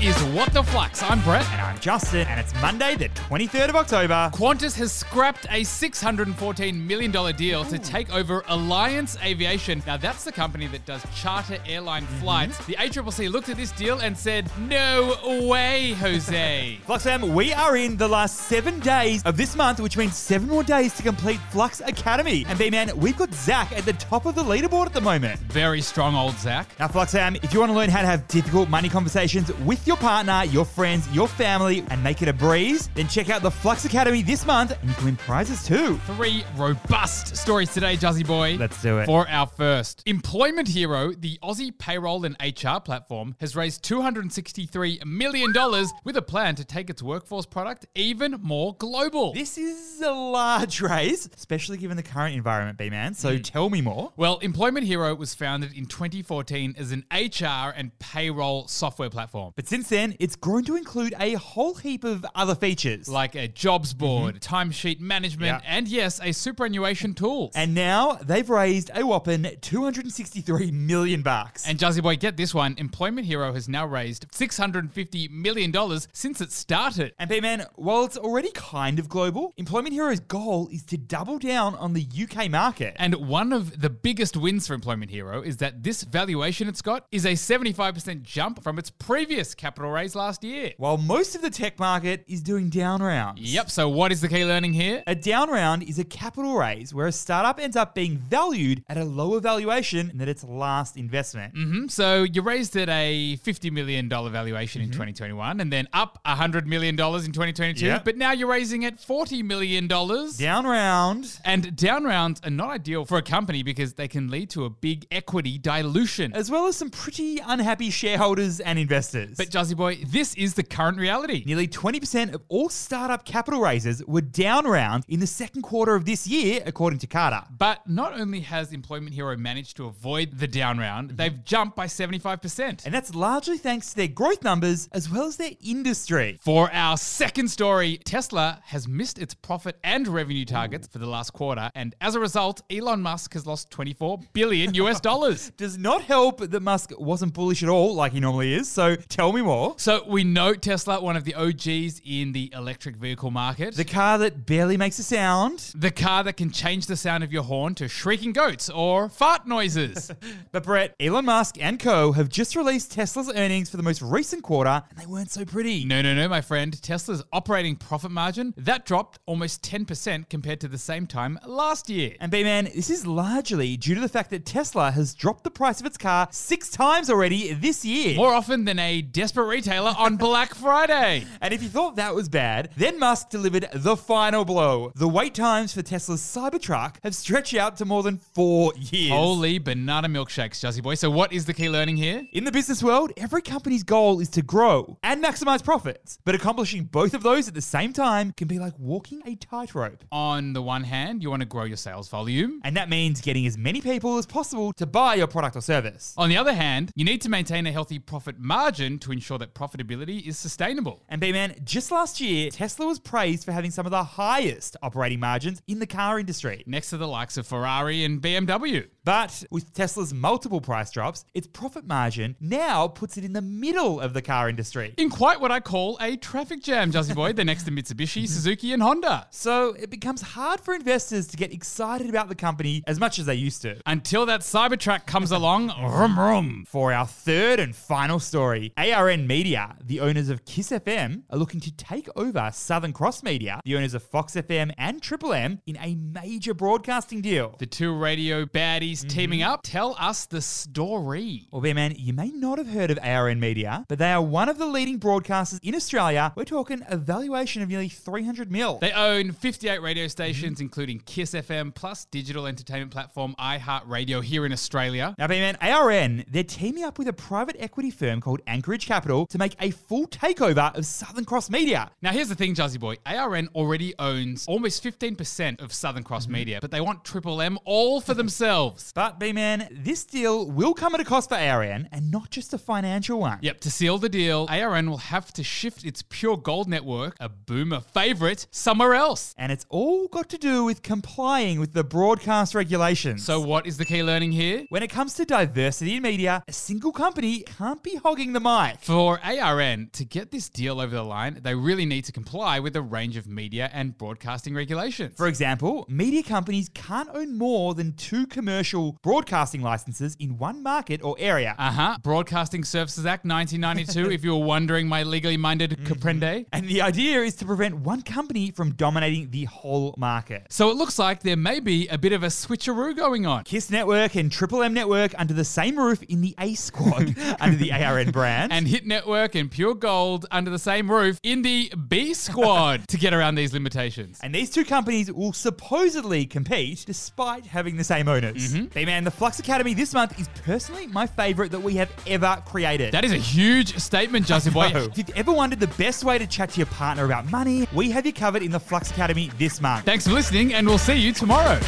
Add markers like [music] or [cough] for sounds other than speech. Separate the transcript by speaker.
Speaker 1: is What the Flux. I'm Brett.
Speaker 2: And I'm Justin, and it's Monday, the 23rd of October.
Speaker 1: Qantas has scrapped a $614 million deal
Speaker 2: Oh.
Speaker 1: to take over Alliance Aviation. Now, that's the company that does charter airline
Speaker 2: Mm-hmm.
Speaker 1: flights. The ACCC looked at this deal and said, No way,
Speaker 2: [laughs]
Speaker 1: Jose.
Speaker 2: Fluxam, we are in the last seven days of this month, which means seven more days to complete Flux Academy. And B-Man, we've got Zach at the top of the leaderboard at the moment.
Speaker 1: Very strong old Zach.
Speaker 2: Now, Fluxam, if you want to learn how to have difficult money conversations with your partner, your friends, your family, and make it a breeze, then check out the Flux Academy this month, and you can win prizes too.
Speaker 1: Three robust stories today, Juzzy Boy.
Speaker 2: Let's do it.
Speaker 1: For our first employment hero, the Aussie payroll and HR platform has raised $263 million with a plan to take its workforce product even more global.
Speaker 2: This is a large [laughs] raise, especially given the current environment, B-Man. So tell me more.
Speaker 1: Well, Employment Hero was founded in 2014 as an HR and payroll software platform,
Speaker 2: But since then, it's grown to include a whole heap of other features.
Speaker 1: like a jobs board, timesheet management,
Speaker 2: Mm-hmm. Yeah.
Speaker 1: and yes, a superannuation tool.
Speaker 2: And now they've raised a whopping 263 million bucks.
Speaker 1: And Jazzy Boy, get this one. Employment Hero has now raised $650 million since it started.
Speaker 2: and P-Man, while it's already kind of global, Employment Hero's goal is to double down on the UK market.
Speaker 1: And one of the biggest wins for Employment Hero is that this valuation it's got is a 75% jump from its previous capital raise last year.
Speaker 2: while most of the tech market is doing down rounds.
Speaker 1: Yep, so what is the key learning here?
Speaker 2: A down round is a capital raise where a startup ends up being valued at a lower valuation than its last investment.
Speaker 1: hmm So you raised at a $50 million valuation in 2021 and then up $100 million in 2022,
Speaker 2: Yep.
Speaker 1: but now you're raising at $40 million.
Speaker 2: Down round,
Speaker 1: And down rounds are not ideal for a company because they can lead to a big equity dilution.
Speaker 2: as well as some pretty unhappy shareholders and investors.
Speaker 1: But Jazzy Boy, this is the current reality.
Speaker 2: Nearly 20% of all startup capital raises were down round in the second quarter of this year, according to Carter.
Speaker 1: But not only has Employment Hero managed to avoid the down round, they've jumped by 75%.
Speaker 2: And that's largely thanks to their growth numbers as well as their industry.
Speaker 1: for our second story, Tesla has missed its profit and revenue targets for the last quarter, and as a result, Elon Musk has lost 24 billion
Speaker 2: [laughs]
Speaker 1: US dollars.
Speaker 2: Does not help that Musk wasn't bullish at all, like he normally is, so tell me more.
Speaker 1: So we know Tesla, one of the OGs in the electric vehicle market.
Speaker 2: The car that barely makes a sound,
Speaker 1: the car that can change the sound of your horn to shrieking goats or fart
Speaker 2: [laughs]
Speaker 1: noises.
Speaker 2: but Brett, Elon Musk and co. have just released Tesla's earnings for the most recent quarter, and they weren't so pretty.
Speaker 1: No, no, no, my friend. Tesla's operating profit margin, that dropped almost 10% compared to the same time last year.
Speaker 2: And B man, this is largely due to the fact that Tesla has dropped the price of its car six times already this year.
Speaker 1: More often than a desperate retailer on Black Friday.
Speaker 2: And if you thought that was bad, then Musk delivered the final blow. The wait times for Tesla's Cybertruck have stretched out to more than four years.
Speaker 1: Holy banana milkshakes, Jazzy Boy. So, what is the key learning here?
Speaker 2: In the business world, every company's goal is to grow and maximize profits, but accomplishing both of those at the same time can be like walking a tightrope.
Speaker 1: On the one hand, you want to grow your sales volume.
Speaker 2: And that means getting as many people as possible to buy your product or service.
Speaker 1: On the other hand, you need to maintain a healthy profit margin to ensure that profitability is sustainable.
Speaker 2: And B man, just last year, Tesla was praised for having some of the highest operating margins in the car industry.
Speaker 1: Next to the likes of Ferrari and BMW.
Speaker 2: But with Tesla's multiple price drops, its profit margin now puts it in the middle of the car industry.
Speaker 1: In quite what I call a traffic jam, Jazzy Boy, they're next to Mitsubishi, Suzuki, and Honda.
Speaker 2: So it becomes hard for investors to get excited about the company as much as they used to.
Speaker 1: Until that Cybertruck comes along, vroom vroom.
Speaker 2: For our third and final story, ARN Media, the owners of Kiss FM, are looking to take over Southern Cross Media, the owners of Fox FM and Triple M, in a major broadcasting deal.
Speaker 1: The two radio baddies teaming up. Tell us the story.
Speaker 2: Well, Bear Man, you may not have heard of ARN Media, but they are one of the leading broadcasters in Australia. We're talking a valuation of nearly 300 mil.
Speaker 1: They own 58 radio stations, including Kiss FM, plus digital entertainment platform iHeartRadio here in Australia.
Speaker 2: Now, B-Man, ARN, they're teaming up with a private equity firm called Anchorage Capital to make a full takeover of Southern Cross Media.
Speaker 1: Now, here's the thing, Jazzy Boy. ARN already owns almost 15% of Southern Cross Media, but they want Triple M all for
Speaker 2: [laughs]
Speaker 1: themselves.
Speaker 2: But, B-Man, this deal will come at a cost for ARN and not just a financial one.
Speaker 1: Yep, to seal the deal, ARN will have to shift its Pure Gold network, a boomer favorite, somewhere else.
Speaker 2: And it's all got to do with complying with the broadcast regulations.
Speaker 1: So, what is the key learning here?
Speaker 2: when it comes to diversity in media, a single company can't be hogging the mic.
Speaker 1: For ARN to get this deal over the line, they really need to comply with a range of media and broadcasting regulations.
Speaker 2: For example, media companies can't own more than two commercial broadcasting licenses in one market or area.
Speaker 1: uh huh, Broadcasting Services Act 1992, if you were wondering my legally minded comprende.
Speaker 2: and the idea is to prevent one company from dominating the whole market.
Speaker 1: So it looks like there may be a bit of a switcheroo going on.
Speaker 2: Kiss Network and Triple M Network under the same roof in the
Speaker 1: [laughs]
Speaker 2: A Squad under the ARN brand.
Speaker 1: And Hit Network and Pure Gold under the same roof in the B Squad to get around these limitations.
Speaker 2: And these two companies will supposedly compete despite having the same owners.
Speaker 1: Mm-hmm.
Speaker 2: Hey man, the Flux Academy this month is personally my favorite that we have ever created.
Speaker 1: That is a huge statement, Justin Boy.
Speaker 2: If you've ever wondered the best way to chat to your partner about money, we have you covered in the Flux Academy this month.
Speaker 1: Thanks for listening, and we'll see you tomorrow.